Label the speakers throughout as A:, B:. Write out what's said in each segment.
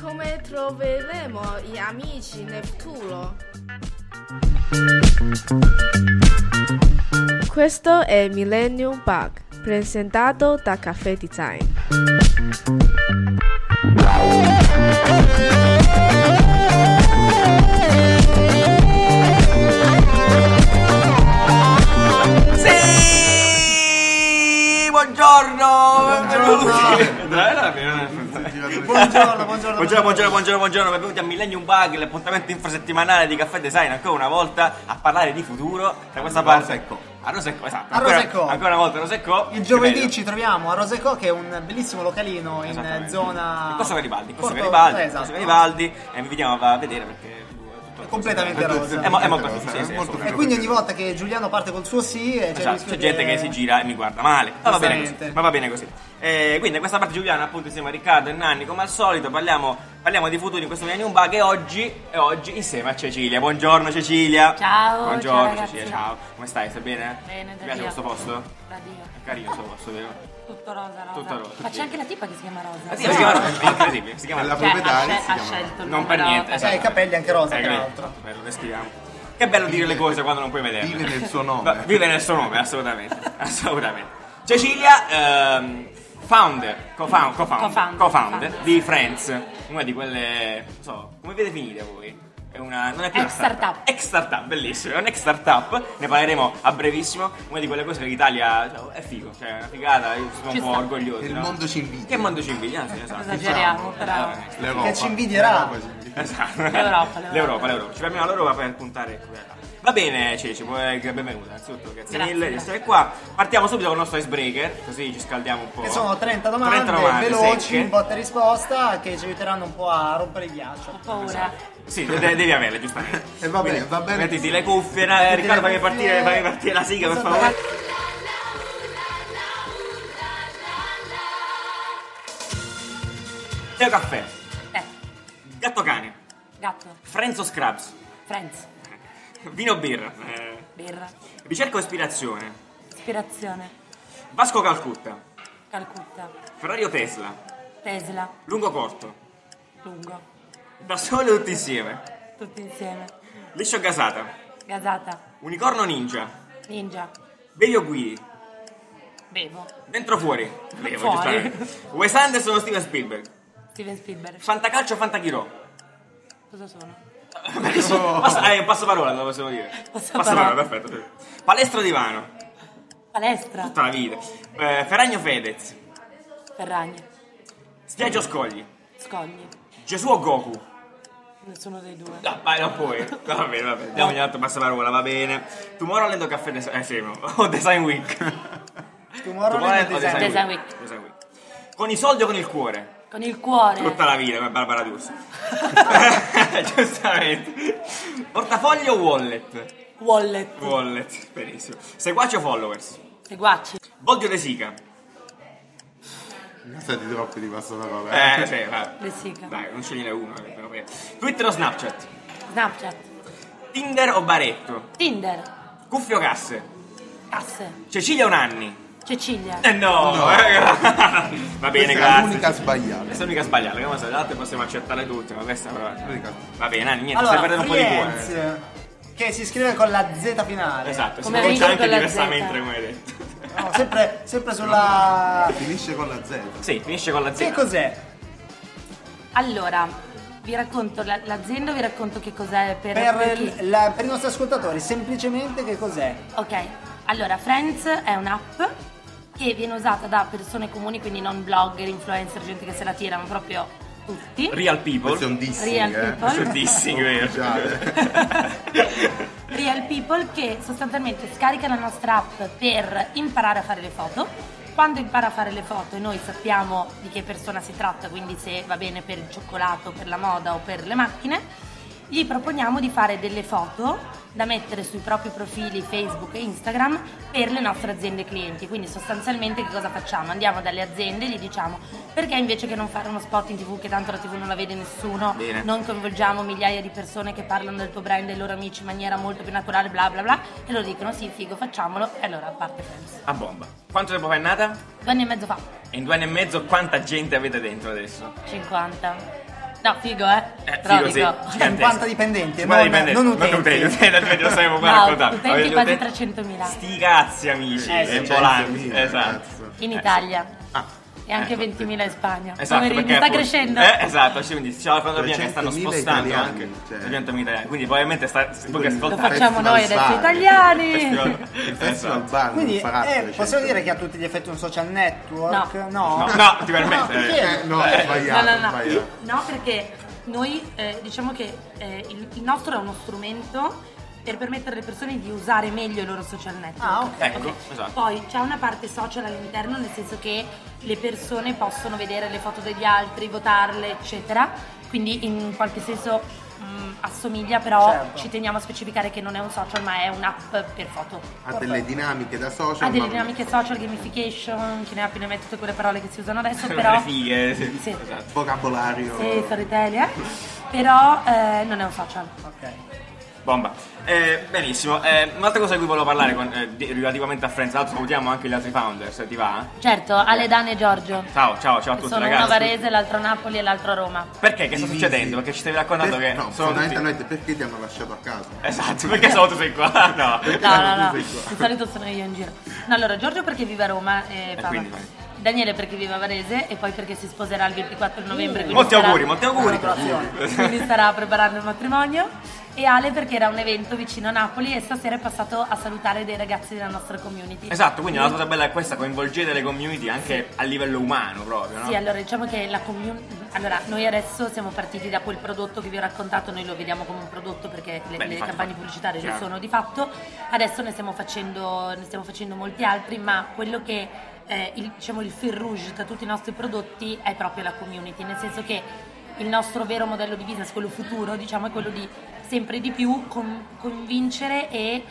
A: Come troveremo gli amici nel futuro? Questo è Millennium Bug, presentato da Caffè Design.
B: Sì! Buongiorno! Benvenuti!
C: Buongiorno, buongiorno.
B: Buongiorno, buongiorno, buongiorno, buongiorno, benvenuti a Millennium Bug, l'appuntamento infrasettimanale di Caffè Design, ancora una volta a parlare di futuro da questa
C: A
B: parte.
C: Rosecco.
B: A Rosecco, esatto.
C: A
B: ancora,
C: Rosecco.
B: Ancora una volta a Rosecco.
C: Il giovedì
B: Bello.
C: ci troviamo a Rosecò che è un bellissimo localino in eh,
B: Esattamente.
C: zona...
B: In Corso Garibaldi, in Corso
C: Porto-
B: Garibaldi,
C: eh,
B: in Corso
C: esatto.
B: Garibaldi e vi invitiamo a vedere perché è tutto-
C: È completamente
B: è tutto- eh,
C: rosa.
B: È, mo- è molto sì,
D: Completamente rosa,
B: sì,
D: molto
B: assolutamente.
C: E quindi ogni volta che Giuliano parte col suo sì eh, c'è, il
B: Esatto,
C: rischio
B: c'è gente che si gira e mi guarda male. Ma va bene così.
C: Giustamente.
B: Ma va bene così. Eh, quindi, a questa parte, Giuliano, appunto, insieme a Riccardo e Nanni, come al solito, parliamo, parliamo di futuro in questo Millennium Bug. E oggi, e oggi insieme a Cecilia. Buongiorno, Cecilia.
E: Ciao, ciao,
B: Buongiorno,
E: ragazzi.
B: Cecilia. Ciao, come stai? Stai bene?
E: Bene,
B: Ti
E: da
B: piace
E: Dio.
B: questo posto?
E: Da Dio.
B: È carino questo posto, vero?
E: Tutto rosa, rosa.
B: Tutto rosa,
E: Ma
B: sì.
E: c'è anche la tipa che si chiama Rosa.
B: Ah, sì, Si chiama Rosa, è incredibile. Si chiama
D: La
B: Rosa.
E: Cioè,
D: proprietaria
E: ha,
D: si
E: scel- ha
D: chiama-
E: scelto il
B: Non per
E: numero
B: niente.
E: per-
C: Sai, i capelli anche rosa,
B: Eh,
C: tra
B: capito?
C: l'altro.
B: Bello, respiriamo. Che bello dire le cose quando non puoi vedere.
D: Vive nel suo nome.
B: vive nel suo nome, assolutamente. assolutamente. Cecilia, ehm, founder, co-found- co-found-
E: Co-founder.
B: co-founder di Friends, una di quelle, non so, come vi definite voi? È una, non è più una
E: Ex startup.
B: Ex startup, bellissimo, è un'ex startup, ne parleremo a brevissimo, una di quelle cose che l'Italia cioè, è figo, cioè è una figata, io sono
E: Ci
B: un po'
E: sta.
B: orgoglioso.
D: Il
B: no?
D: mondo ci invidia.
B: Che mondo ci invidia, anzi, esatto.
E: Esageriamo, però.
B: Eh,
D: L'Europa.
C: Che ci invidierà.
D: L'Europa ci invidia.
B: Esatto.
E: L'Europa, l'Europa.
B: l'Europa, l'Europa. Ci fermiamo all'Europa per puntare. Va bene, Ceci, vuoi- benvenuta. Innanzitutto, grazie,
E: Grazie,
B: mille di
E: grazie.
B: essere qua. Partiamo subito con il nostro icebreaker, così ci scaldiamo un po'.
C: Che sono 30 domande,
B: 30 domande
C: veloci,
B: secche.
C: in botta e risposta, che ci aiuteranno un po' a rompere il ghiaccio.
E: Ho paura.
B: Sì, de- de- devi averle, giustamente.
C: Eh,
D: E va bene, va bene.
B: Mettiti le cuffie, na-
C: Mettiti
B: Riccardo,
C: le
B: fammi partire,
C: cuffie.
B: fammi partire la sigla, per
C: Esatto.
B: favore. Teo Caffè,
E: Eh,
B: Gatto Cane,
E: gatto,
B: Frenzo Scrubs,
E: Friends,
B: Vino Birra, eh,
E: birra,
B: Ricerca o Ispirazione,
E: ispirazione,
B: Vasco Calcutta,
E: Calcutta,
B: Ferrario Tesla,
E: Tesla,
B: lungo corto,
E: lungo,
B: da sole tutti insieme,
E: tutti insieme,
B: liscio gasata,
E: gasata,
B: unicorno ninja,
E: ninja,
B: bevi o guidi,
E: bevo,
B: dentro fuori, bevo
E: Fuori.
B: giustamente, Wes Anderson o Steven Spielberg,
E: Steven Spielberg.
B: fantacalcio o fantachirò,
E: Cosa sono?
B: Passa- eh, passaparola te lo possiamo dire,
E: Passaparola.
B: perfetto, perfetto. palestra divano,
E: Palestra,
B: tutta la vita, Eh, Ferragno Fedez,
E: Ferragni,
B: spiaggia o scogli,
E: Scogli,
B: Gesù o Goku,
E: nessuno dei due.
B: No, ma non puoi. Va bene, va bene. Diamogli un'altra passaparola, va bene. Tomorrowland o caffè design? Eh sì, no. o design week.
C: Tomorrowland o Design
E: Design
B: week?
E: Week.
B: Design week. Con i soldi o con il cuore?
E: Con il cuore,
B: Tutta la vita, come Barbara D'Urso. Giustamente. Portafoglio o wallet?
E: wallet,
B: Wallet, benissimo. Seguaci o followers?
E: seguaci,
B: Volti o De Sica?
D: Non stati troppi di passaparola.
B: Eh, sì, va.
E: De Sica.
B: Dai, non scegliene uno. eh, però bene. Twitter o Snapchat?
E: Snapchat,
B: Tinder o Baretto?
E: Tinder,
B: Cuffie o casse?
E: casse,
B: Cecilia o Nanni?
E: Cecilia,
B: Eh no, eh, va bene,
D: Questa è
B: grazie.
D: l'unica sbagliata.
B: Questa è l'unica sbagliata, come se le altre possiamo accettare tutte, ma questa però.
D: L'unica.
B: Va bene, Nani, niente,
C: Allora,
B: stai perdendo un po' di cuore. eh.
C: Friends, che si scrive con la Z finale.
B: Esatto, si
E: Come
B: pronuncia
E: amici
B: anche
E: con la
B: diversamente
E: Z.
B: come hai detto.
C: No, sempre, sempre sulla...
D: Finisce con la Z.
B: Sì, finisce con la Z.
C: Che cos'è?
E: Allora, vi racconto la- l'azienda, vi racconto che cos'è per, per
C: Per,
E: chi-
C: il- la- per i nostri ascoltatori, semplicemente che cos'è?
E: Ok, allora Friends è un'app che viene usata da persone comuni, quindi non blogger, influencer, gente che se la tirano proprio tutti.
B: Real people.
D: Questo è un dissing,
E: Real
D: eh.
E: people.
B: Questo è dissing, vero? Cioè,
D: Già, Cioè,
E: Real people che sostanzialmente scarica la nostra app per imparare a fare le foto. Quando impara a fare le foto e noi sappiamo di che persona si tratta, quindi se va bene per il cioccolato, per la moda o per le macchine, gli proponiamo di fare delle foto da mettere sui propri profili Facebook e Instagram per le nostre aziende clienti. Quindi sostanzialmente che cosa facciamo? Andiamo dalle aziende e gli diciamo perché invece che non fare uno spot in tv che tanto la tv non la vede nessuno,
B: Bene.
E: non coinvolgiamo migliaia di persone che parlano del tuo brand e dei loro amici in maniera molto più naturale, bla bla bla, e loro dicono sì, figo, facciamolo, e allora parte Friends.
B: A bomba. Quanto tempo fa è nata?
E: Due anni e mezzo fa,
B: E in due anni e mezzo quanta gente avete dentro adesso?
E: 50. No, figo eh?
B: Eh,
E: Però
B: figo, sì.
E: dico...
B: Gigantesco.
C: 50 dipendenti,
B: 50
C: non- non utenti.
B: utenti, lo sappiamo qua
E: No,
B: raccontare.
E: utenti
B: Avete
E: quasi
B: utenti?
E: 300.000.
B: Sti cazzi amici,
C: Eh,
B: e
C: sì.
D: cioè,
B: volanti,
D: 100.000,
B: esatto.
D: cazzo.
E: In
B: Eh,
E: Italia.
B: Ah,
E: E anche
B: ecco.
E: 20.000 in Spagna.
B: Esatto,
E: Poverini,
B: perché
E: sta
B: appunto-
E: crescendo.
B: Eh, esatto, sì, quindi c'è la cosa prima che
D: 300.000
B: stanno spostando
D: italiani,
B: anche
D: cioè.
B: 300.000 italiani. Quindi probabilmente sta, voi che
D: Tipo il
E: Lo
B: ascoltate
E: facciamo noi adesso,
D: Festival Star.
E: italiani!
D: Il festival
B: Esatto.
D: bar
C: Quindi
D: non farà
C: eh,
D: 300.
C: possiamo dire che ha tutti gli effetti un social network?
E: No.
B: No, no, ti permette.
C: No, perché?
D: Eh, no, è sbagliato,
E: no,
D: è
E: no, no.
D: sbagliato.
E: No, perché noi eh, diciamo che eh, il, il nostro è uno strumento per permettere alle persone di usare meglio i loro social network.
C: Ah, ok.
B: Ecco,
E: Ok.
B: esatto.
E: Poi c'è una parte social all'interno, nel senso che le persone possono vedere le foto degli altri, votarle, eccetera. Quindi in qualche senso mh, assomiglia, però
C: Certo.
E: ci teniamo a specificare che non è un social, ma è un'app per foto.
D: Ha delle dinamiche da social.
E: Ha delle
D: Cioè, ma-
E: dinamiche social, gamification, chi ne ha più ne mette tutte quelle parole che si usano adesso,
B: Sono
E: però...
B: delle fighe, sì.
E: Sì.
B: Esatto.
D: Vocabolario.
E: Sì, storytelling, eh. Però eh, non è un social.
C: Ok.
B: Bomba. Eh, benissimo. Eh, un'altra cosa di cui volevo parlare con- eh, di- relativamente a Friends, tra l'altro salutiamo anche gli altri founder, se ti va.
E: Certo, Ale, Dan e Giorgio.
B: Ciao, ciao, ciao a
E: Che
B: tutti
E: sono uno
B: ragazzi.
E: Varese, l'altro Napoli e l'altro Roma.
B: Perché? Che sta
D: Divisi.
B: succedendo? Perché ci stavi raccontando
D: Per-
B: che
D: Eh, No,
B: sono tutti...
D: fondamentalmente perché ti hanno lasciato a casa?
B: Esatto, perché solo tu sei qua? No.
E: No, no, no,
D: Tu sei qua.
E: di solito sono io in giro. No, allora, Giorgio perché vive a Roma e,
B: E
E: fa-
B: quindi vai.
E: Daniele perché vive a Varese e poi perché si sposerà il 24 novembre. quindi
B: Molti
E: sarà-
B: auguri, molti auguri.
E: quindi starà preparando il matrimonio. E Ale perché era un evento vicino a Napoli e stasera è passato a salutare dei ragazzi della nostra community.
B: Esatto, quindi la cosa bella è questa, coinvolgete le community anche a livello umano proprio, no?
E: Sì, allora diciamo che la community. Allora, noi adesso siamo partiti da quel prodotto che vi ho raccontato, noi lo vediamo come un prodotto perché le,
B: Beh,
E: le
B: di fatto,
E: campagne pubblicitarie lo
B: chiaro.
E: sono di fatto. Adesso ne stiamo facendo, ne stiamo facendo molti altri, ma quello che eh, il, diciamo il fil rouge tra tutti i nostri prodotti è proprio la community, nel senso che il nostro vero modello di business, quello futuro, diciamo, è quello di sempre di più con- convincere e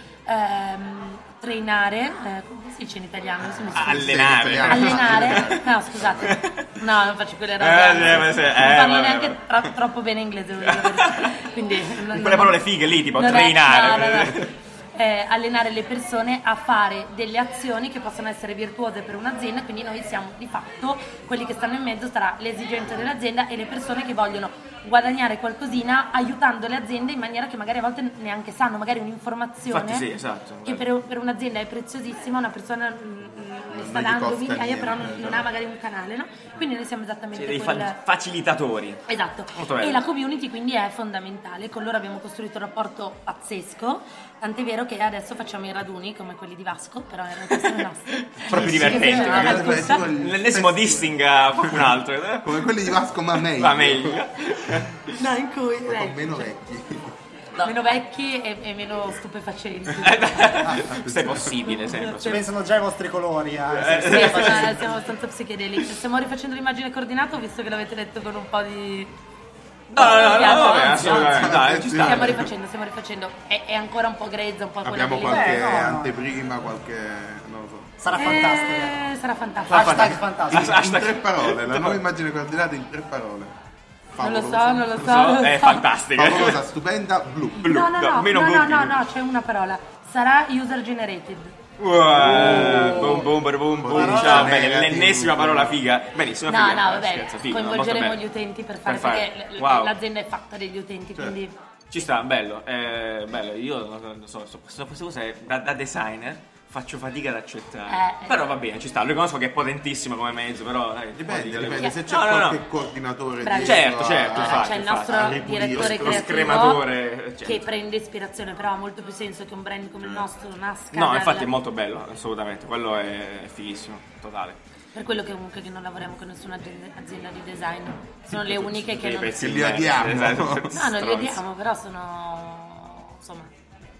E: ehm, trainare, eh, come si dice in italiano? Adesso mi
B: A-
E: sfugge
B: Allenare.
D: Sì, speriamo.
E: allenare no scusate no non faccio quelle robe
B: Eh, sì, ma sì, eh,
E: non parlo
B: vabbè,
E: neanche
B: vabbè.
E: tro- troppo bene inglese voglio dire. quindi non-
B: quelle parole fighe lì, tipo
E: non è-
B: trainare.
E: no, no, no. Eh, allenare le persone a fare delle azioni che possono essere virtuose per un'azienda quindi noi siamo di fatto quelli che stanno in mezzo tra le esigenze dell'azienda e le persone che vogliono guadagnare qualcosina aiutando le aziende in maniera che magari a volte neanche sanno magari un'informazione
B: Infatti sì, esatto.
E: che per, per un'azienda è preziosissima, una persona mm, mm,
D: Non
E: sta
D: gli
E: dando
D: costa
E: migliaia,
D: niente,
E: però non, non
D: no.
E: ha magari un canale, no? Quindi noi siamo esattamente
B: Cioè, dei
E: quel...
B: fa- facilitatori.
E: Esatto,
B: Molto bello.
E: e la community quindi è fondamentale, con loro abbiamo costruito un rapporto pazzesco, tant'è vero che adesso facciamo i raduni come quelli di Vasco, però in realtà sono i nostri.
B: Proprio
E: Sì, sì,
B: divertente.
E: sì,
B: guarda.
E: sì.
D: Guarda,
E: scusa.
D: tipo il-
B: L'ennesimo dissing a qualcun altro. eh?
D: Come quelli di Vasco, ma meglio.
B: Va meglio.
E: No, in cui...
D: Ma Con
E: eh,
D: meno vecchi.
E: no, meno vecchi e, e meno stupefacenti.
B: Se è possibile, se è possibile.
C: Ci pensano già ai vostri colori. eh.
B: Eh,
E: Sì, siamo, siamo abbastanza psichedelici. Stiamo rifacendo l'immagine coordinata, ho visto che l'avete detto con un po' di...
B: No, no, no, no,
E: Anzi,
B: vabbè,
E: anzi,
B: assolutamente.
D: anzi.
B: Dai, ci sta.
E: Stiamo rifacendo, stiamo rifacendo. È, è ancora un po' grezza, un po' quella
D: Abbiamo
E: lì.
D: qualche
C: Eh, no, no.
D: anteprima, qualche. non lo so.
C: Sarà
E: Eh,
C: fantastica.
E: Sarà fantastico.
B: Sarà
C: Hashtag
B: fantastico.
C: fantastico.
D: In
B: Hashtag-
D: tre parole, la nuova immagine coordinata in tre parole.
E: Non lo so,
D: Favolosa.
E: non lo so. non
B: So, Eh,
E: lo
B: È
E: so.
B: fantastica.
D: Favolosa, stupenda, blu.
B: Blu,
E: No, no,
B: no,
E: no,
B: meno
E: no,
B: blu,
E: no,
B: più
E: no,
B: blu.
E: no, c'è una parola. Sarà user generated.
B: Uè, Boom, boom, boom, boom, boom.
D: Oh. Parola
B: Ciao, bene,
D: negativa.
B: l'ennesima parola figa. Benissimo,
E: No,
B: figa.
E: no, vabbè,
B: scherzo, figo, molto
E: coinvolgeremo
B: bello.
E: gli utenti per fare, perché l- l-
B: Wow. Cioè,
E: l'azienda è fatta degli utenti,
D: Certo.
E: quindi
B: Ci sta, bello, eh, bello. Io non non so, so- so- questa cosa è da, da designer faccio fatica ad accettare.
E: Eh, eh.
B: Però va bene, ci sta. Lo conosco che è potentissimo come mezzo, però dai, un po' di-
D: Dipende, dipende. Se c'è
B: No, no, no.
D: qualche coordinatore
E: Bravi.
D: dietro
B: Certo,
D: a-
B: certo,
E: Allora,
B: infatti,
E: eh, c'è il
B: infatti.
E: nostro
D: A ripulire,
E: direttore
D: lo
E: creativo
B: scrematore, eccetera. Cioè.
E: che prende ispirazione, però ha molto più senso che un brand come il nostro nasca.
B: No,
E: dal-
B: infatti è molto bello, assolutamente. Quello è fighissimo, totale.
E: Per quello che comunque che non lavoriamo con nessuna azienda azienda di design. Sono le uniche che
B: Dei
E: non...
B: pezzi
D: Che
B: di
D: li
B: merda,
D: odiamo.
E: No, non
B: stronzi.
E: li odiamo, però sono...
B: Sono
E: insomma,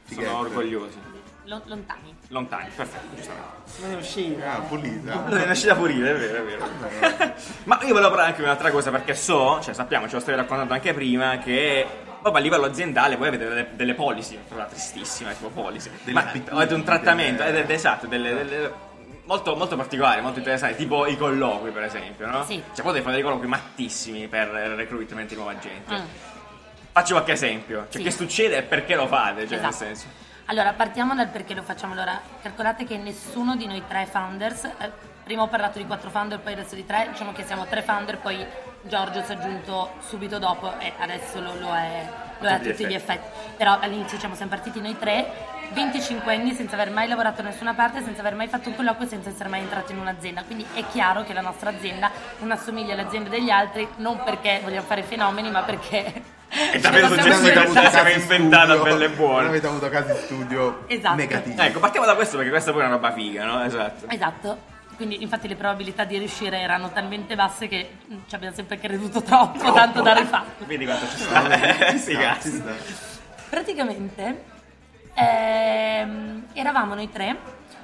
D: Fighette.
B: orgogliosi.
E: lo- lontani.
B: Lontani, perfetto, giustamente.
C: Non è uscita.
D: Ah, pulita.
B: Non è nascita pulita, è vero, è vero. Ma io volevo parlare anche di un'altra cosa perché so, cioè sappiamo, ce lo stavi raccontando anche prima, che Proprio a livello aziendale voi avete delle, delle policy, una cosa tristissima, tipo policy.
D: Delle
B: Ma
D: abitudini,
B: avete un trattamento,
D: delle-
B: eh, de- esatto, delle- delle- molto, molto particolare, molto interessante, tipo i colloqui per esempio, no?
E: Sì.
B: Cioè potete fare dei colloqui mattissimi per il recruitment di nuova gente.
E: Mm.
B: Faccio qualche esempio, cioè
E: Sì.
B: che succede e perché lo fate, cioè nel
E: Esatto.
B: senso.
E: Allora, partiamo dal perché lo facciamo. Allora, calcolate che nessuno di noi tre founders, eh, prima ho parlato di quattro founder, poi adesso di tre, diciamo che siamo tre founder, poi Giorgio si è aggiunto subito dopo e adesso lo, lo è, lo è a tutti gli effetti. Però all'inizio diciamo, siamo partiti noi tre, 25 anni senza aver mai lavorato da nessuna parte, senza aver mai fatto un colloquio, senza essere mai entrato in un'azienda. Quindi è chiaro che la nostra azienda non assomiglia all'azienda degli altri, non perché vogliamo fare fenomeni, ma perché...
B: È davvero
E: ce la
B: successo
E: possiamo
B: che
E: permettere.
B: ci siamo inventata belle e buone.
D: Non avete avuto casi studio
E: Esatto.
D: negativi.
B: Ecco, partiamo da questo perché questa poi è una roba figa, no? Esatto.
E: Esatto. Quindi infatti le probabilità di riuscire erano talmente basse che mm, ci abbiamo sempre creduto troppo, tanto da rifatto.
B: Vedi quanto ci
D: Ah, vabbè,
B: sta.
D: ci
B: sì,
D: sta,
B: cazzo.
D: ci sta.
E: Praticamente ehm, eravamo noi tre,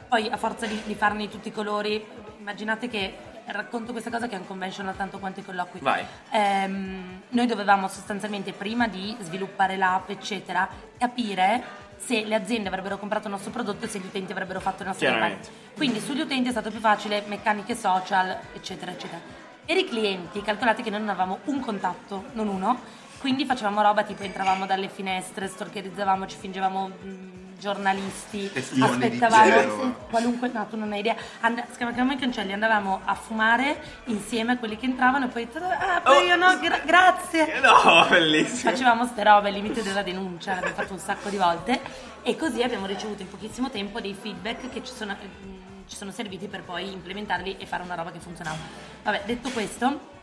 E: poi a forza di, di farne di tutti i colori, immaginate che racconto questa cosa che è un conventional tanto quanto i colloqui.
B: Vai.
E: Ehm, noi dovevamo sostanzialmente prima di sviluppare l'app, eccetera, capire se le aziende avrebbero comprato il nostro prodotto e se gli utenti avrebbero fatto il nostro
B: Chiaramente.
E: campagne. Quindi sugli utenti è stato più facile meccaniche social, eccetera, eccetera. Per i clienti, calcolate che noi non avevamo un contatto, non uno, quindi facevamo roba tipo entravamo dalle finestre, stalkerizzavamo, ci fingevamo mh, giornalisti,
D: Testimoni di
E: aspettavamo
D: Geova.
E: qualunque, no tu non hai idea, And- scavalcavamo i cancelli, andavamo a fumare insieme a quelli che entravano e poi, ah poi
B: Oh.
E: io no, gra- grazie,
B: Eh, No, bellissimo.
E: Facevamo ste robe, il limite della denuncia, l'abbiamo fatto un sacco di volte e così abbiamo ricevuto in pochissimo tempo dei feedback che ci sono, mm, ci sono serviti per poi implementarli e fare una roba che funzionava. Vabbè, detto questo,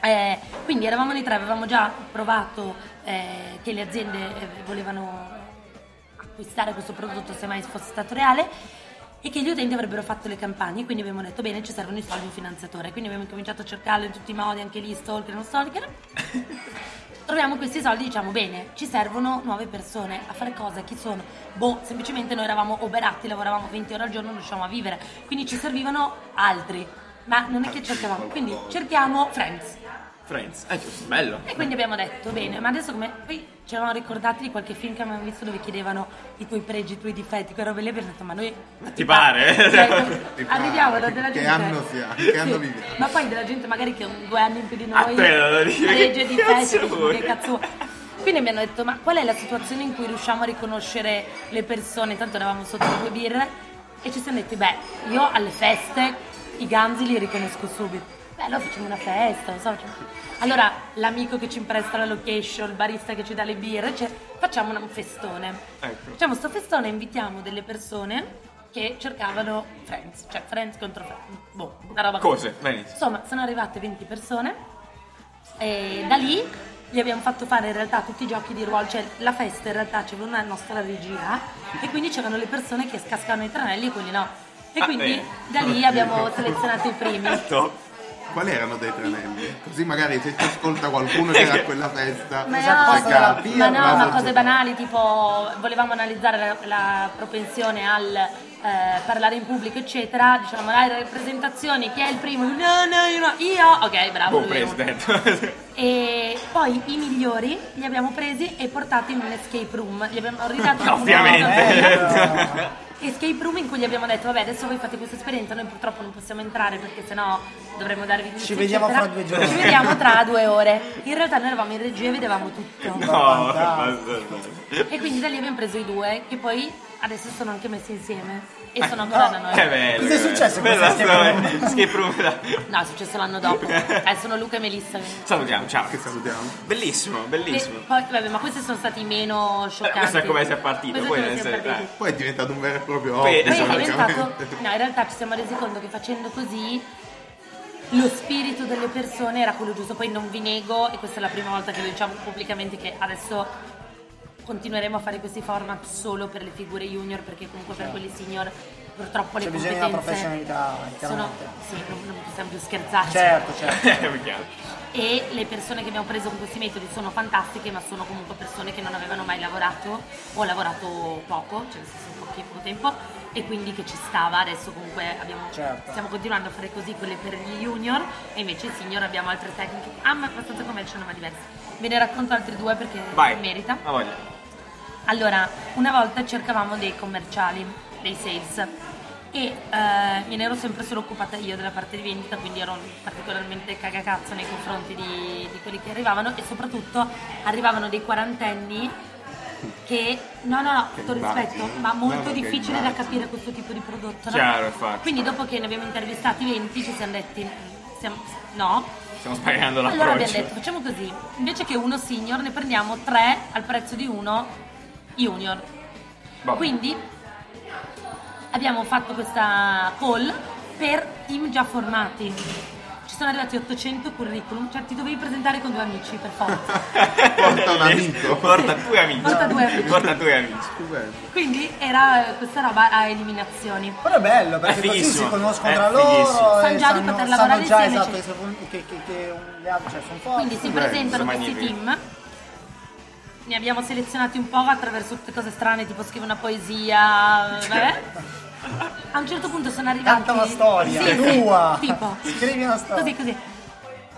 E: eh, quindi eravamo noi tre, avevamo già provato eh, che le aziende eh, volevano acquistare questo prodotto se mai fosse stato reale e che gli utenti avrebbero fatto le campagne quindi abbiamo detto bene ci servono i soldi di un finanziatore quindi abbiamo cominciato a cercarlo in tutti i modi anche lì stalker non stalker troviamo questi soldi e diciamo bene ci servono nuove persone a fare cosa chi sono boh semplicemente noi eravamo oberati lavoravamo 20 ore al giorno non riusciamo a vivere quindi ci servivano altri ma non è che cercavamo quindi cerchiamo friends
B: Friends. Eh, giusto, bello.
E: e quindi abbiamo detto, bene, ma adesso come... Poi ci eravamo ricordati di qualche film che avevamo visto dove chiedevano i tuoi pregi, i tuoi difetti, quelle robe lì, abbiamo detto, ma noi... Ma
B: ti pare?
D: Ti pare?
E: arriviamo da
D: Che-
E: della
D: che
E: gente...
D: anno sia- che anno viviamo?
E: Ma poi della gente magari che ha un- due anni in più di noi...
B: A te lo devo dire,
E: Pregi,
B: che
E: difetti,
B: cazzo
E: dici,
B: vuoi?
E: che cazzo... vuoi? Quindi mi hanno detto, ma qual è la situazione in cui riusciamo a riconoscere le persone? Tanto eravamo sotto le due birre e ci siamo detti, beh, io alle feste i ganzi li riconosco subito. Beh, allora facciamo una festa, non so. facciamo- Allora, l'amico che ci impresta la location, il barista che ci dà le birre, cioè, facciamo una- un festone.
B: Ecco.
E: Facciamo Diciamo, sto festone e invitiamo delle persone che cercavano friends, cioè friends contro friends. Boh, una roba così.
B: Cose, benissimo.
E: Insomma, sono arrivate 20 persone e da lì gli abbiamo fatto fare in realtà tutti i giochi di ruolo, cioè la festa in realtà c'era una nostra regia e quindi c'erano le persone che scascavano i tranelli e quelli no. E
B: Ah,
E: quindi
B: bene.
E: da lì abbiamo selezionato i primi.
B: Top.
D: Quali erano dei tranelli? Così magari se ci ascolta qualcuno che era a quella festa, esatto,
E: Ma
D: si
E: no,
C: questa è la
D: capisce.
E: ma,
C: birra,
E: no, ma
D: so-
E: cose banali tipo volevamo analizzare la, la propensione al eh, parlare in pubblico eccetera, diciamo dai rappresentazioni, chi è il primo? No, no, io no, io! Ok, bravo.
B: Boh,
E: lui è uno.
B: preso dentro.
E: E poi i migliori li abbiamo presi e portati in un escape room. Gli abbiamo ridato Eh,
B: Ovviamente.
E: escape room in cui gli abbiamo detto vabbè adesso voi fate questa esperienza noi purtroppo non possiamo entrare perché sennò dovremmo darvi di
C: Ci vediamo fra due giorni."
E: ci vediamo tra due ore in realtà noi eravamo in regia e vedevamo tutto
B: No,
C: Fantastico.
B: basta.
E: e quindi da lì abbiamo preso i due che poi adesso sono anche messi insieme
B: Eh,
E: e sono ancora da
B: Che
E: noi
B: bello.
C: Cosa è
B: che
C: successo in
B: bello.
C: questa
B: Bella
C: escape
B: storia. Escape room. dai.
E: no è successo l'anno dopo eh, sono Luca e Melissa
B: Salutiamo, ciao.
D: Che salutiamo.
B: Bellissimo,
E: E
B: bellissimo.
E: poi, vabbè, ma questi sono stati meno
B: Beh,
E: scioccanti
B: questo Eh, è come si è partito,
E: Questo
B: poi
E: è
B: eh.
E: come
B: nel
E: siamo
B: senso,
E: partiti.
D: Poi è diventato un vero e proprio
B: Poi
D: hobby.
E: Poi è
D: praticamente.
E: diventato. No, in realtà ci siamo resi conto che facendo così lo spirito delle persone era quello giusto. Poi non vi nego, e questa è la prima volta che lo diciamo pubblicamente, che adesso continueremo a fare questi format solo per le figure junior, perché comunque per quelli senior purtroppo
C: C'è
E: le
C: bisogno di
E: competenze
C: Cioè, una professionalità,
E: sono.
C: chiaramente.
E: Sì, non, non possiamo più scherzarci.
C: Certo, certo.
B: Eh, Mi chiamo.
E: E le persone che abbiamo preso con questi metodi sono fantastiche, ma sono comunque persone che non avevano mai lavorato o lavorato poco, cioè nel senso pochi- poco tempo, e quindi che ci stava. Adesso comunque abbiamo-
C: Certo.
E: stiamo continuando a fare così quelle per gli junior e invece i senior abbiamo altre tecniche ah, ma abbastanza conventional ma diverse. Ve ne racconto altri due perché
B: Vai.
E: merita.
B: Ma voglia.
E: Allora, una volta cercavamo dei commerciali, dei sales e eh, me ne ero sempre solo occupata io della parte di vendita, quindi ero particolarmente cagacazzo nei confronti di, di quelli che arrivavano e soprattutto arrivavano dei quarantenni che, no no, no,
D: Che
E: tutto rispetto,
D: immagini.
E: ma molto
D: No, no, che
E: difficile da
D: immagini.
E: capire questo tipo di prodotto. no?
B: Chiaro, infatti.
E: Quindi dopo che ne abbiamo intervistati 20 ci siamo detti, siamo- no,
B: Stiamo sbagliando l'approccio.
E: allora abbiamo detto, facciamo così, invece che uno senior ne prendiamo tre al prezzo di uno junior.
B: Vabbè.
E: Quindi abbiamo fatto questa call per team già formati. Ci sono arrivati 800 curriculum, cioè ti dovevi presentare con due amici per forza.
D: Porta un amico.
B: Porta due amici.
E: Porta due amici.
B: Porta due amici.
D: Stupendo.
E: Quindi era eh, questa roba a eliminazioni.
C: Però è bello perché
B: È
C: così si
B: fighissimo,
C: conoscono
B: è
C: tra
B: fighissimo.
C: loro
E: Sanno
C: e
E: già di
C: sanno,
E: poter
C: sanno
E: lavorare
C: già
E: insieme,
C: esatto
E: cioè.
C: che, sono- che, che, che un- le altre- cioè, sono forti.
E: Quindi si
D: Beh,
E: presentano
B: sono
E: questi
B: magnifici.
E: team. Ne abbiamo selezionati un po' attraverso tutte cose strane, tipo scrive una poesia. vabbè. A un certo punto sono arrivati.
C: Canta una storia,
E: Sì, sì,
C: tua.
E: Tipo.
C: Scrivi una storia.
E: Così, così.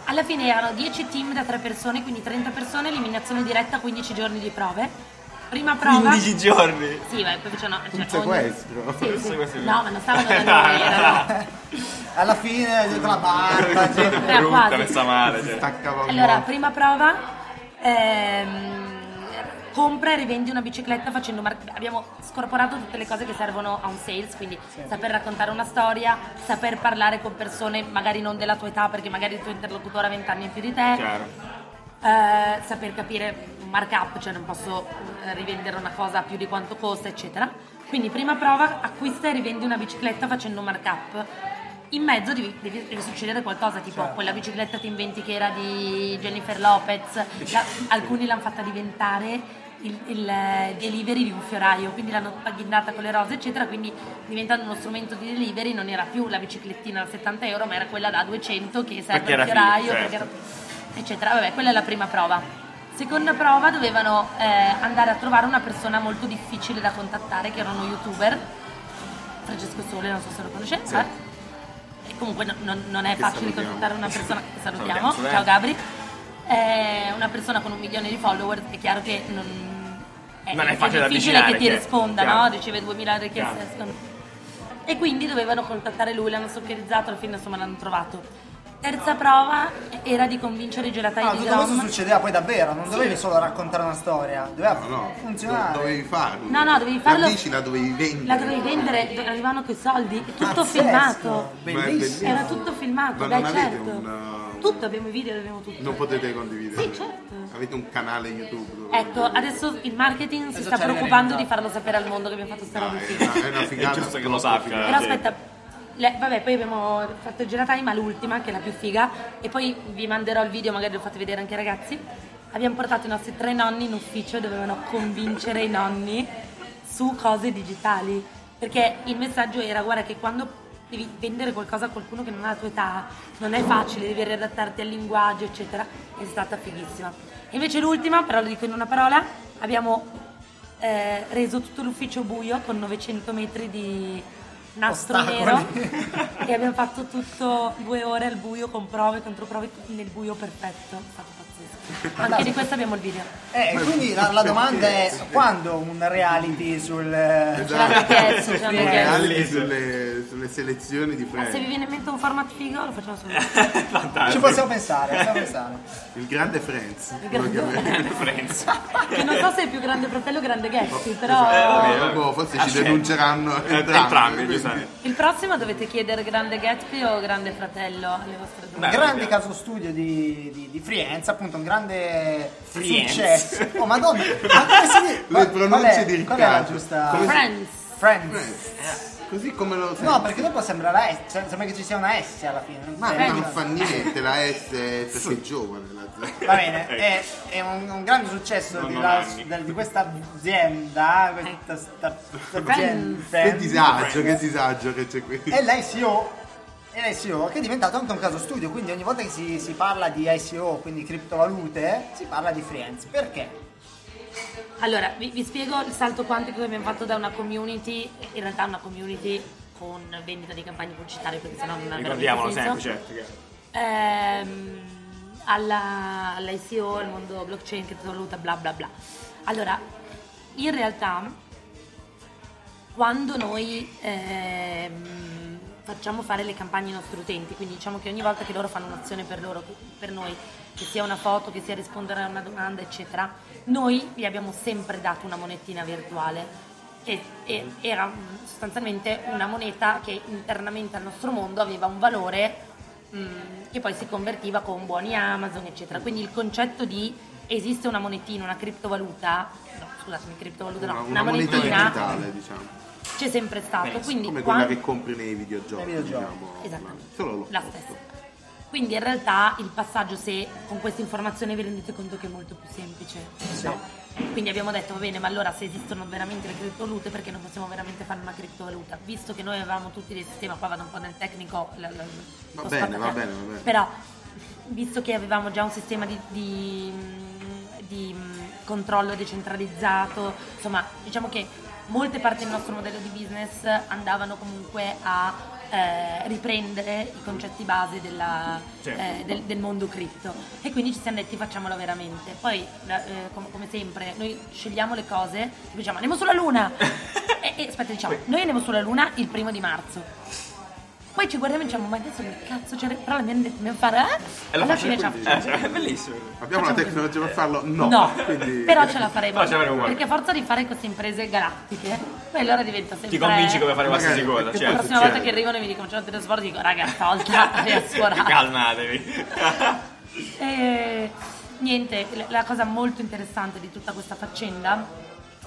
E: Alla fine erano 10 team da 3 persone, quindi 30 persone, eliminazione diretta, 15 giorni di prove. Prima prova.
B: 15 giorni.
E: Sì, vai, poi facevano. cioè,
D: Un
E: ogni-
D: sequestro.
E: Sì,
B: Un sequestro.
E: sì. No, ma non stavano da noi, erano.
C: Alla fine dietro la barba, gente.
E: Era
B: Brutta,
E: quasi.
B: messa male. Cioè.
D: Staccava un
E: Allora,
D: po'.
E: prima prova, ehm, compra e rivendi una bicicletta facendo mar- Abbiamo scorporato tutte le cose che servono a un sales, quindi saper raccontare una storia, saper parlare con persone magari non della tua età, perché magari il tuo interlocutore ha 20 anni in più di te,
B: Chiaro.
E: eh, saper capire un markup, cioè non posso eh, rivendere una cosa a più di quanto costa, eccetera. Quindi prima prova, acquista e rivendi una bicicletta facendo un markup. In mezzo devi, devi- deve succedere qualcosa, tipo
B: Certo.
E: quella bicicletta ti inventi che era di Jennifer Lopez, la- alcuni l'hanno fatta diventare il, il, eh, delivery di un fioraio, quindi l'hanno paghinata con le rose, eccetera, quindi diventando uno strumento di delivery non era più la biciclettina da 70 euro, ma era quella da 200 che serve
B: Perché
E: al
B: era figa,
E: fioraio,
B: certo.
E: perché era- eccetera. Vabbè, quella è la prima prova. Seconda prova dovevano eh, andare a trovare una persona molto difficile da contattare, che era uno youtuber, Francesco Sole, non so se lo conoscete.
D: Sì.
E: eh? E comunque no- non, non è
D: Che
E: facile
D: salutiamo.
E: contattare una persona che salutiamo.
B: Salutiamo, Sole.
E: Ciao Gabri. Eh, una persona con un milione di follower, è chiaro che non è,
B: Non è
E: è
B: facile da
E: difficile che
B: avvicinare,
E: ti
B: chiaro.
E: risponda, no?
B: Chiaro.
E: Riceve 2000 richieste.
B: Chiaro.
E: secondo- e quindi dovevano contattare lui, l'hanno soccherizzato, alla fine insomma l'hanno trovato. Terza prova era di convincere i gelatai
C: Ah,
E: di
C: tutto questo
E: Grom.
C: succedeva poi davvero, non dovevi solo raccontare una storia, doveva
D: No, no,
C: funzionare.
D: do- dovevi farlo.
E: No, no, dovevi farlo.
D: La bici la dovevi vendere.
E: La dovevi vendere, do- arrivavano coi soldi, è tutto
C: Pazzesco.
E: filmato.
D: Ma è bellissimo.
E: Era tutto filmato,
D: Ma
E: beh
D: non avete
E: certo.
D: un, uh, un-
E: Tutto, abbiamo i video, abbiamo tutto.
D: Non potete condividere.
E: Sì, certo.
D: Avete un canale YouTube. dove-
E: Ecco, adesso il marketing si
C: Adesso
E: sta
C: ci arriveremo,
E: preoccupando
C: dai.
E: di farlo sapere al mondo che abbiamo fatto sta
D: No,
E: roba
D: è,
E: qui.
D: una, Ah, è una figata.
B: È giusto che lo
D: troppo
B: sappia.
D: figata.
E: Però
B: sì.
E: aspetta, le- vabbè, poi abbiamo fatto il gelatai, ma l'ultima, che è la più figa, e poi vi manderò il video, magari lo fate vedere anche ai ragazzi. Abbiamo portato i nostri tre nonni in ufficio e dovevano convincere i nonni su cose digitali. Perché il messaggio era: guarda, che quando devi vendere qualcosa a qualcuno che non ha la tua età, non è facile, devi riadattarti al linguaggio, eccetera. È stata fighissima. Invece l'ultima, però lo dico in una parola, abbiamo eh, reso tutto l'ufficio buio con 900 metri di nastro
C: Ostacoli.
E: nero e abbiamo fatto tutto due ore al buio con prove, controprove tutto nel buio perfetto. È stato pazzesco. Anche di questo abbiamo il video.
C: Eh, e quindi la, la domanda è quando un reality sul... eh,
E: Ce l'hanno chiesto, ce l'hanno
D: Un
E: chiesto.
D: reality Esatto. sulle, sulle selezioni di
E: Ma se vi
D: Friends.
E: viene in mente un format figo lo facciamo solo.
C: Ci
B: Fantastico.
C: possiamo pensare, possiamo pensare.
D: Il grande Friends.
E: Il grande-
D: lo chiamerei.
B: Friends.
E: Che non so se è più grande fratello o grande Gatsby,
D: Esatto.
E: però...
D: Eh, vabbè, forse ci
B: Ah, Oh, sì.
D: denunceranno
B: Eh,
D: entrambi,
B: entrambi,
D: quindi-
B: giustamente.
E: Il prossimo dovete chiedere grande Gatsby o grande fratello alle vostre
B: Beh,
E: domande.
C: Un grande
B: vediamo.
C: caso studio di, di, di Frienza, appunto, un grande
B: Frienza.
C: successo. Oh, madonna! Ma come si dice?
D: Le pronunce di
C: Qual è la
D: Riccardo.
C: giusta...
D: Come-
E: Friends.
C: Friends.
D: Così come lo senti.
C: No, perché dopo sembra la S, cioè, sembra che ci sia una S alla fine. Cioè,
D: Ma
C: Friends.
D: non fa niente, la S è perché è giovane la Z.
C: Va bene, è, è un, un grande successo
B: Ecco. Non
C: di,
B: ho
C: la-
B: anni.
C: del- di questa azienda, questa sta- sta
E: Friends.
C: azienda.
D: Ecco. Che disagio, che disagio che c'è qui.
E: Eh,
C: È l'ICO, è l'ICO che è diventato anche un caso studio, quindi ogni volta che si, si parla di ICO, quindi criptovalute, si parla di Friends. Perché?
E: Allora, vi, vi spiego il salto quantico che abbiamo fatto da una community, in realtà una community con vendita di campagne pubblicitarie, perché sennò non avrebbe
B: Ricordiamolo
E: senso.
B: sempre, certo. chiaro.
E: ehm, alla, all'ICO, al mondo blockchain che ti saluta, bla bla bla. Allora, in realtà, quando noi ehm, facciamo fare le campagne ai nostri utenti, quindi diciamo che ogni volta che loro fanno un'azione per, loro, per noi, che sia una foto, che sia rispondere a una domanda, eccetera, noi gli abbiamo sempre dato una monetina virtuale. Che e- era mm, sostanzialmente una moneta che internamente al nostro mondo aveva un valore mm, che poi si convertiva con buoni Amazon, eccetera. Quindi il concetto di esiste una monetina, una criptovaluta, no, scusatemi, criptovaluta
D: Una,
E: no,
D: una moneta digitale, diciamo.
E: c'è sempre stato.
B: Penso,
E: quindi
D: Come
E: qua-
D: quella che compri nei videogiochi,
C: Nei videogiochi,
D: diciamo.
E: Esattamente.
D: Solo l'opposto.
E: la stessa. Quindi in realtà il passaggio, se con questa informazione vi rendete conto che è molto più semplice, no? Quindi abbiamo detto, va bene, ma allora se esistono veramente le criptovalute, perché non possiamo veramente fare una criptovaluta? Visto che noi avevamo tutti del sistema, qua vado un po' nel tecnico. la- la-
D: Va
E: lo
D: bene,
E: spazio-
D: va bene, va bene.
E: Però, visto che avevamo già un sistema di, di, mh, di, mh, controllo decentralizzato, insomma, diciamo che molte parti del nostro modello di business andavano comunque a eh, riprendere i concetti base della-
B: Certo.
E: eh, del, del mondo cripto e quindi ci siamo detti facciamolo veramente. Poi, la- eh, com- come sempre, noi scegliamo le cose, tipo diciamo andiamo sulla Luna! e, e aspetta, diciamo, noi andiamo sulla Luna il primo di marzo. Poi ci guardiamo e diciamo, ma adesso che cazzo c'è? Però mi hanno detto, dobbiamo fare... Eh?
B: E la
E: Alla
B: faccio
E: fine ci ha-
B: Eh, cioè, è bellissimo.
D: Abbiamo la tecnologia per farlo? No.
E: No,
D: Quindi-
E: però ce la faremo.
B: Però ce la faremo uguale.
E: perché a forza di fare queste imprese galattiche, poi allora diventa sempre...
B: Ti convinci come fare
D: Magari,
B: qualsiasi cosa,
E: La
D: perché poi
B: certo.
E: prossima
D: succede.
E: volta che arrivano e mi dicono c'è un trasporto, dico, raga, tolta, a scuola.
B: Calmatevi.
E: E niente, la- la cosa molto interessante di tutta questa faccenda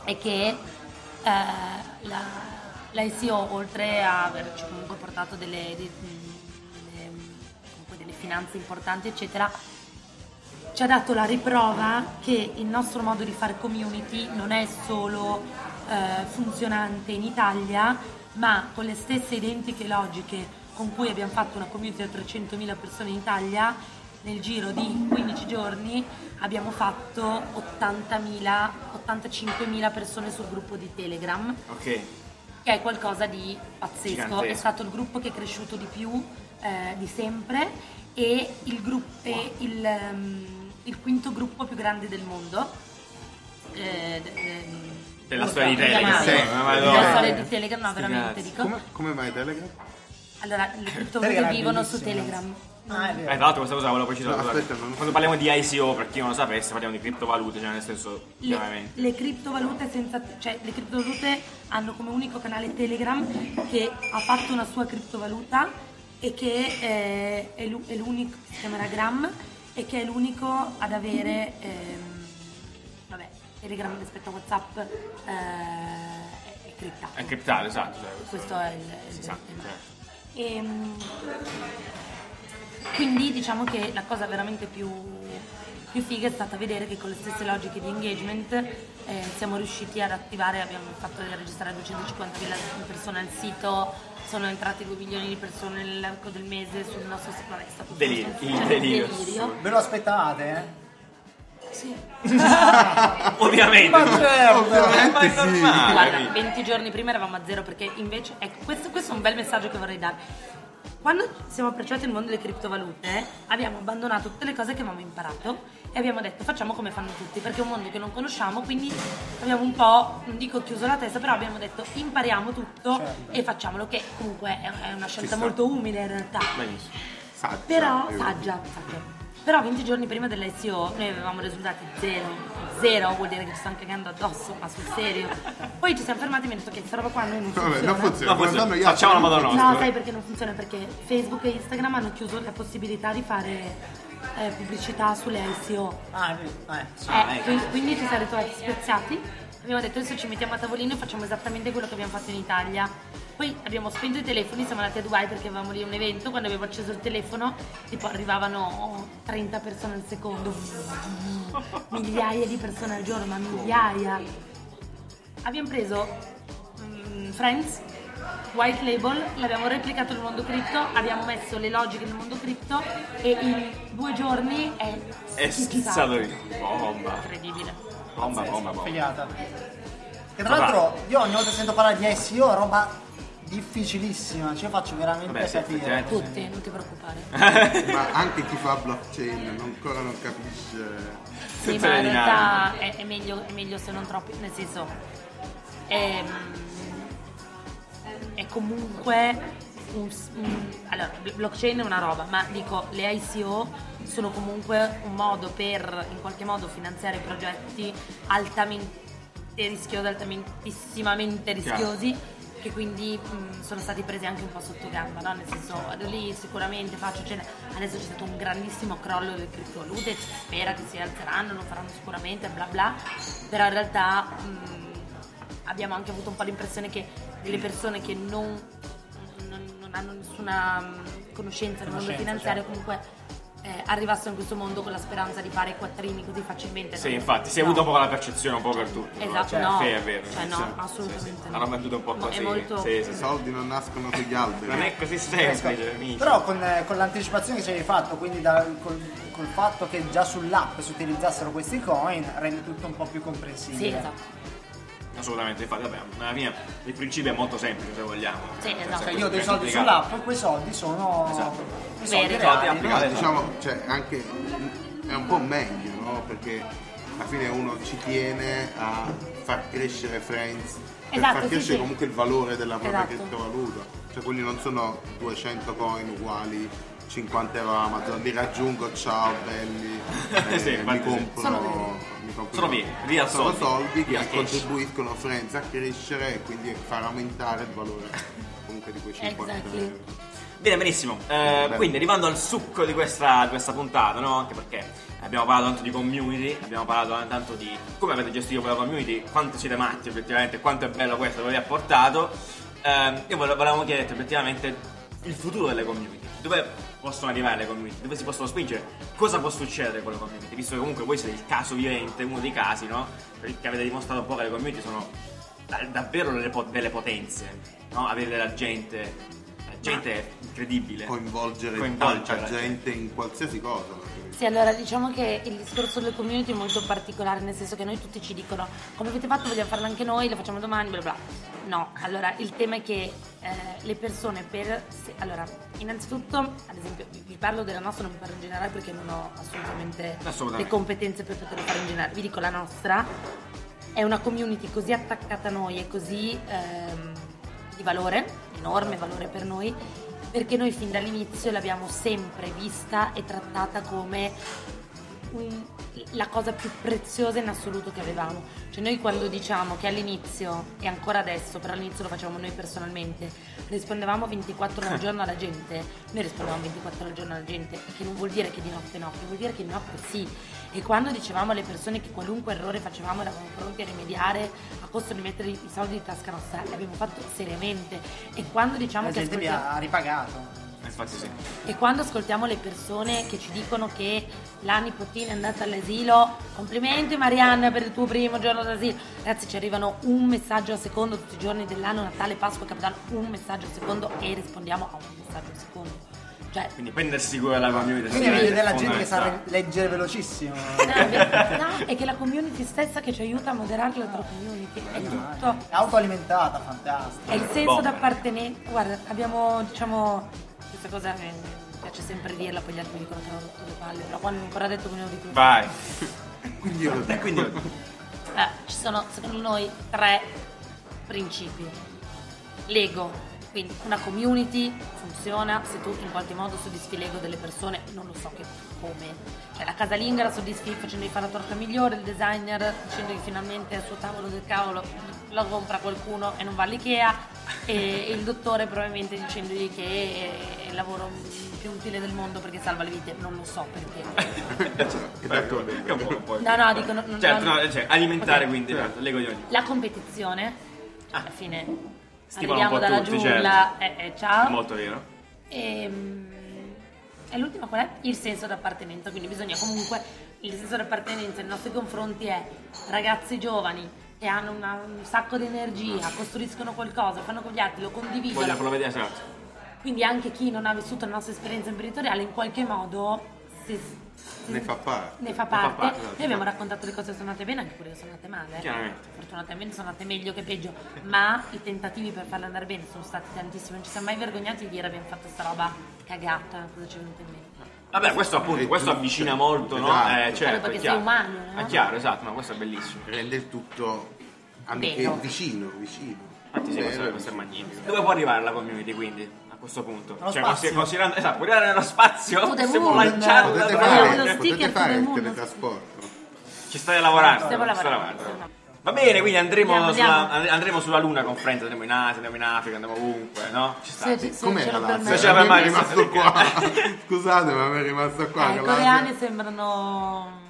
E: è che eh, la, la ICO, oltre a averci comunque portato delle, di- delle- comunque delle finanze importanti, eccetera, ci ha dato la riprova che il nostro modo di fare community non è solo eh, funzionante in Italia, ma con le stesse identiche logiche con cui abbiamo fatto una community da 300.000 persone in Italia, nel giro di 15 giorni abbiamo fatto 80.000, 85.000 persone sul gruppo di Telegram
B: ok.
E: che è qualcosa di pazzesco.
B: Gigantesco.
E: È stato il gruppo che è cresciuto di più eh, di sempre e il, grupp- e il, ehm, il quinto gruppo più grande del mondo. Eh, d- ehm,
B: Della
E: non
B: storia
E: so
B: di
E: come
B: Telegram,
E: chiamarlo.
D: sì,
B: ma
E: Della
B: madonna.
E: storia di Telegram, no,
B: Ah, eh. Sti
E: veramente
B: cazzi.
E: dico.
D: Come, come mai Telegram?
E: Allora, le criptovalute
C: Telegram è
E: vivono su
C: bellissimo.
E: Telegram.
C: Ah, è
B: Eh,
C: vero.
B: tra l'altro questa cosa volevo precisare.
D: No,
B: scusate.
D: aspetta, non-
B: Quando parliamo di ICO, per chi non lo sapesse, parliamo di criptovalute, cioè nel senso,
E: le,
B: chiaramente.
E: le criptovalute senza cioè le criptovalute hanno come unico canale Telegram che ha fatto una sua criptovaluta e che eh, è, l'u- è l'unico si chiamerà Gram e che è l'unico ad avere ehm, vabbè Telegram rispetto a Whatsapp eh, è, è criptato
B: È criptato, esatto. cioè,
E: questo è il,
B: si
E: il-
B: sa,
E: il-
B: cioè.
E: Ehm, quindi diciamo che la cosa veramente più, più figa è stata vedere che con le stesse logiche di engagement eh, siamo riusciti ad attivare, abbiamo fatto registrare 250.000 persone al sito, sono entrati 2 milioni di persone nell'arco del mese sul nostro sito, vabbè, è stato
B: Delirio,
E: cioè,
B: il
E: un
B: delirio.
C: Ve lo aspettavate, eh?
E: Sì.
B: Ovviamente.
C: Ma certo!
B: Ma è
D: Ovviamente sì.
B: normale.
E: Guarda, 20 giorni prima eravamo a zero perché invece, ecco, questo, questo è un bel messaggio che vorrei dare. Quando siamo approcciati al mondo delle criptovalute, abbiamo abbandonato tutte le cose che avevamo imparato e abbiamo detto facciamo come fanno tutti, perché è un mondo che non conosciamo, quindi abbiamo un po', non dico chiuso la testa, però abbiamo detto impariamo tutto
C: Certo.
E: e facciamolo, che comunque è è una scelta
D: sta.
E: molto umile in realtà.
B: Benissimo.
D: Saggia.
E: Però,
D: io-
E: saggia, saggia. Però 20 giorni prima dell'ICO noi avevamo risultati zero, zero vuol dire che ci stanno cagando addosso, ma sul serio. Poi ci siamo fermati e mi hanno detto che questa roba qua a noi non funziona.
D: Vabbè, non funziona.
B: No, funziona.
D: Madonna, io-
B: Facciamo la madonna nostra.
E: No, sai perché non funziona? Perché Facebook e Instagram hanno chiuso la possibilità di fare eh, pubblicità sulle ICO.
C: Ah, è vero. eh, sì.
B: Ah,
E: Eh,
B: ecco.
E: quindi, quindi ci siamo ritrovati speziati. Abbiamo detto adesso ci mettiamo a tavolino e facciamo esattamente quello che abbiamo fatto in Italia. Poi abbiamo spento i telefoni, siamo andati a Dubai perché avevamo lì un evento, quando abbiamo acceso il telefono tipo arrivavano 30 persone al secondo, migliaia di persone al giorno, ma migliaia. Abbiamo preso mm, Friends, White Label, l'abbiamo replicato nel mondo cripto, abbiamo messo le logiche nel mondo cripto e in due giorni è,
B: È
E: schizzato.
B: schizzato lì. Bomba.
E: Incredibile.
B: Bomba,
C: Pazzesco,
B: bomba, bomba.
C: figata. Che tra
B: Vabbè.
C: l'altro io ogni volta che sento parlare di SEO, roba difficilissima, ci faccio veramente
B: Vabbè, sì,
C: capire.
B: effettivamente.
E: Tutti, non ti preoccupare.
D: Ma anche chi fa blockchain non- ancora non capisce.
E: Sì,
B: Tutte
E: ma
B: le
E: in
B: dinamiche.
E: realtà è, è meglio, è meglio se non troppi, nel senso ehm, è, comunque un, s- un- allora bl- blockchain è una roba, ma dico le ICO sono comunque un modo per in qualche modo finanziare progetti altamente rischiosi, altamentissimamente
B: Chiaro.
E: rischiosi che quindi mh, sono stati presi anche un po' sotto gamba, no? nel senso vado lì sicuramente faccio cena. Adesso c'è stato un grandissimo crollo delle criptovalute, si spera che si alzeranno, lo faranno sicuramente, bla bla, però in realtà mh, abbiamo anche avuto un po' l'impressione che delle persone che non, non- non hanno nessuna mh, conoscenza del mondo
C: Conoscenza,
E: finanziario
B: certo.
E: comunque eh, arrivassero in questo mondo con la speranza di fare i quattrini così facilmente.
B: Sì,
E: No.
B: infatti, si è
E: No.
B: avuto un po' la percezione un po' per tutti.
E: Esatto,
B: cioè,
E: no.
B: sì, è vero.
E: Cioè, no,
B: Sì, sì.
E: assolutamente
B: Sì, sì.
E: no.
B: Hanno venduto un po'
E: No, è
B: così.
E: molto-
B: Sì, sì,
D: I
B: sì.
D: soldi non nascono sugli alberi.
B: Non è così semplice, Eh, amici.
C: Ecco. Però con, eh, con l'anticipazione che ci avevi fatto, quindi da- col, col fatto che già sull'app si utilizzassero questi coin, rende tutto un po' più comprensibile.
E: Sì, esatto.
B: Assolutamente, infatti, vabbè, alla fine il principio è molto semplice, se vogliamo.
E: Sì, esatto.
B: Senza
C: Cioè io ho dei
B: questo
C: soldi
B: complicato.
C: sull'app e quei soldi sono
B: Esatto.
C: i soldi
E: Veri.
C: reali.
B: Soldi
D: Però
B: Esatto.
D: diciamo, cioè, anche è un po' meglio, no? Perché alla fine uno ci tiene a far crescere Friends, per
E: Esatto,
D: far
E: sì,
D: crescere
E: sì.
D: comunque il valore della propria
E: Esatto.
D: criptovaluta. Cioè, quindi non sono 200 coin uguali 50 euro Amazon, li raggiungo, ciao belli, eh,
B: Sì, infatti
D: mi
B: sì.
D: compro...
E: Sono
D: mi compro-
B: Sono veri, real
D: sono
B: soldi,
D: soldi che
B: real cash.
D: contribuiscono a Friends a crescere e quindi far aumentare il valore comunque di quei 50
E: Exactly.
D: euro.
B: Bene, benissimo. Eh,
D: Bene.
B: quindi arrivando al succo di questa, di questa puntata, no? Anche perché abbiamo parlato tanto di community, abbiamo parlato tanto di come avete gestito quella community, quanto siete matti effettivamente, quanto è bello questo che vi ha portato. Eh, io vole- volevamo chiederti effettivamente il futuro delle community. Dove possono arrivare le community? Dove si possono spingere? Cosa può succedere con le community? Visto che comunque voi siete il caso vivente, uno dei casi, no? Perché avete dimostrato un po' che le community sono da- davvero delle, po- delle potenze, no? Avere della gente la gente è incredibile.
D: coinvolgere,
B: Coinvolgere.
D: tanta gente in qualsiasi cosa.
E: Sì, allora diciamo che il discorso delle community è molto particolare, nel senso che noi tutti ci dicono come avete fatto, vogliamo farlo anche noi, lo facciamo domani, bla bla. No, allora il tema è che eh, le persone per... se- allora, innanzitutto, ad esempio, vi- vi parlo della nostra, non vi parlo in generale perché non ho assolutamente,
B: Assolutamente.
E: le competenze per poterlo fare in generale, vi dico la nostra, è una community così attaccata a noi e così ehm, di valore, enorme valore per noi, perché noi fin dall'inizio l'abbiamo sempre vista e trattata come un- la cosa più preziosa in assoluto che avevamo. Cioè noi quando diciamo che all'inizio, e ancora adesso, però all'inizio lo facevamo noi personalmente, rispondevamo 24
C: Eh.
E: ore al giorno alla gente, noi rispondevamo 24 ore al giorno alla gente, che non vuol dire che di notte no, che vuol dire che di notte sì. E quando dicevamo alle persone che qualunque errore facevamo eravamo pronti a rimediare a costo di mettere i soldi di tasca nostra, l'abbiamo fatto seriamente. E quando diciamo
C: La
E: che...
C: gente vi
E: ascoltiamo-
C: ha ripagato.
B: Infatti sì.
E: e quando ascoltiamo le persone che ci dicono che la nipotina è andata all'asilo, complimenti Marianna per il tuo primo giorno d'asilo. Ragazzi, ci arrivano un messaggio al secondo tutti i giorni dell'anno, Natale, Pasqua, Capodanno, un messaggio al secondo e rispondiamo a un messaggio al secondo. Cioè,
B: Quindi prendersi cura della community.
C: Quindi avete della
B: della
C: gente che sa re- leggere velocissimo.
E: no, è- no, è che la community stessa che ci aiuta a moderare l'altra community, è tutto.
C: Autoalimentata, fantastica.
E: È il senso
B: Bomba.
E: d'appartenenza. Guarda, abbiamo, diciamo, questa cosa eh, mi piace sempre dirla, poi gli altri mi dicono che ho rotto le palle, però quando non ho ancora detto che ne ho di più.
B: Vai.
D: Quindi io lo
B: E
D: dico.
B: quindi
E: Eh, ci sono secondo noi tre principi. L'ego, quindi una community funziona se tu in qualche modo soddisfi l'ego delle persone, non lo so che come. Cioè la casalinga la soddisfi facendogli fare la torta migliore, il designer dicendogli finalmente al suo tavolo del cavolo lo compra qualcuno e non va all'Ikea e il dottore probabilmente dicendogli che è il lavoro più utile del mondo perché salva le vite, non lo so perché.
B: Beh,
D: Che d'accordo.
B: è un po' poi.
E: No, no, dico, no, no,
B: Certo,
E: no.
B: no, cioè, alimentare
E: Ok.
B: quindi, certo, l'ego di ogni.
E: La competizione, alla fine,
B: Stimola Ah. un
E: arriviamo
B: po'
E: dalla
B: tutti, certo.
E: giungla, eh, eh, ciao.
B: Molto vero.
E: Ehm, E l'ultima qual è? Il senso d'appartenenza, quindi bisogna comunque, il senso d'appartenenza nei nostri confronti è ragazzi giovani che hanno una- un sacco di
B: Mm.
E: energia, costruiscono qualcosa, fanno con gli altri, lo
B: Voglio
E: condividono.
B: farlo vedere, certo.
E: Quindi anche chi non ha vissuto la nostra esperienza imprenditoriale in qualche modo si,
D: ne fa parte.
E: Ne fa parte.
B: parte, esatto.
E: Noi abbiamo raccontato le cose che sono andate bene, anche quelle che sono andate male.
B: Chiaramente.
E: Fortunatamente sono andate meglio che peggio, ma i tentativi per farle andare bene sono stati tantissimi. Non ci siamo mai vergognati di dire abbiamo fatto sta roba cagata, cosa ci è venuto in mente.
B: Vabbè, questo appunto,
D: È
B: questo
D: giusto.
B: avvicina molto, no?
D: Eh, Esatto.
B: Eh, certo,
E: perché
B: è
E: sei
B: chiaro.
E: umano, no?
B: È chiaro, esatto, ma questo è bellissimo.
D: Rende il tutto anche
E: Vero.
D: vicino, vicino.
B: Infatti sì,
D: Vero,
B: questo, questo è
D: vicino.
B: magnifico. Dove può arrivare la community quindi? A questo punto?
C: Nello
B: cioè,
C: spazio.
B: consi- considerando, esatto, può arrivare nello spazio,
E: To the
B: se certo, può
E: moon.
B: lanciarla
D: Potete
E: Guarda,
B: tra-
E: guarda, lo
D: fare, potete
E: sticker
D: fare
E: del
D: il
E: mondo.
D: teletrasporto.
B: Ci stai lavorando,
E: Stiamo
B: ci stai
E: lavorando,
B: lavorando.
E: insomma.
B: Va bene, quindi andremo,
E: Andiamo,
B: sulla,
E: andiamo.
B: and- andremo sulla Luna con Friends, andremo in Asia, andiamo in Africa, andiamo ovunque, no? Ci sta.
E: Se, se
D: Com'è
E: ce
D: la
E: lo
D: Lazio?
B: Se ce la
E: permette.
B: permette.
D: A me è rimasto qua. Scusate, ma mi è rimasto qua.
E: Eh, I
D: la
E: coreani
D: Lazio.
E: sembrano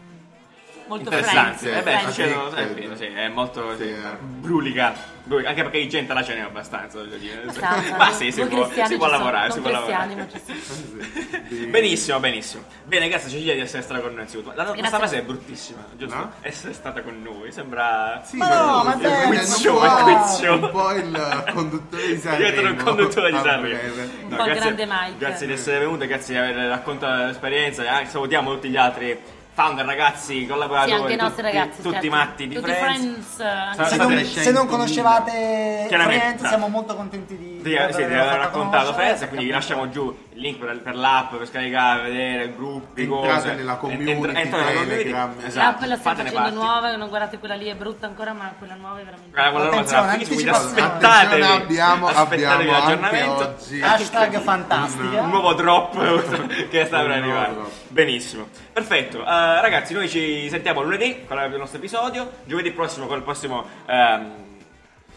E: molto
B: Interessanti,
E: friends,
B: eh beh,
E: friends.
D: sì.
B: c'è lo-
D: Sì,
B: è vero, sì, è molto
D: Sì,
B: sì,
D: eh.
B: brulica, brulica, anche perché di gente la ce n'è abbastanza, voglio dire.
E: Abbastanza,
B: Ma sì, si
E: voi
B: può,
E: cristiani
B: si può
E: ci sono,
B: lavorare,
E: non
B: si può lavorare.
E: cristiani, ma ci sono.
D: Sì.
B: Benissimo, benissimo. Bene, grazie Cecilia di essere stata con noi anzitutto. La nostra
E: Grazie.
B: frase è bruttissima, giusto?
D: No?
B: Essere stata con noi sembra...
D: Sì,
C: Ma no, ma
D: è
C: dai,
D: un
B: non
D: quiz
B: può.
D: show, è un quiz show.
B: Un
D: Un po' il conduttore di Sanremo. Ah,
B: Dietro il conduttore di
D: a
B: Sanremo.
D: breve.
E: Un po' il grande Mike.
B: Grazie di essere venuto, grazie di aver raccontato l'esperienza. e anche salutiamo tutti gli altri founder, ragazzi, collaboratori.
E: Sì, anche i
B: tutti,
E: nostri ragazzi.
B: Tutti
E: certo.
B: matti di
E: Tutti
B: Friends.
E: friends, eh, anche
B: Sì,
C: Se
E: se-
B: State
C: non,
B: crescendo,
C: se non conoscevate
B: Chiaramente,
C: Friends,
B: no.
C: siamo molto contenti di,
B: Sì, eh, sì, ti avevo raccontato Friends, quindi vi lasciamo giù il link per, per l'app per scaricare, vedere gruppi,
D: Entrate
B: cose.
D: nella community,
B: entrate nella community.
D: Telegram.
E: Ah,
B: Esatto,
E: quella stiamo
B: fatene
E: facendo
B: parte.
E: nuova, non guardate quella lì, è brutta ancora, ma quella nuova è veramente...
B: Guarda, quella roba sarà
C: Attenzione,
B: figa, quindi
C: anticipazione.
B: aspettatevi.
D: Attenzione, abbiamo,
B: aspettatevi
D: abbiamo anche
B: l'aggiornamento.
D: oggi.
C: Hashtag fantastica.
B: Un nuovo drop che sta per
D: Un nuovo
B: arrivare.
D: drop.
B: Benissimo. Perfetto. Eh, ragazzi, noi ci sentiamo lunedì con il nostro episodio. Giovedì prossimo con il prossimo. ehm,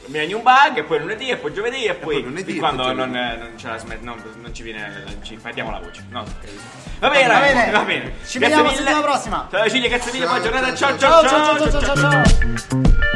B: Millennium Bug e poi lunedì e poi giovedì e poi,
D: poi lunedì,
B: fin quando
D: e poi
B: non,
D: giovedì.
B: eh, non ce la smet- non, non ci viene ci perdiamo la voce no, credo. va bene
C: Va
B: ragazzi,
C: bene.
B: va bene Grazie
C: Ci vediamo
B: mille.
C: settimana prossima.
B: ciao Cecilia grazie mille buona
D: Ciao,
B: giornata ciao
D: ciao,
B: ciao ciao,
C: ciao ciao ciao ciao. ciao.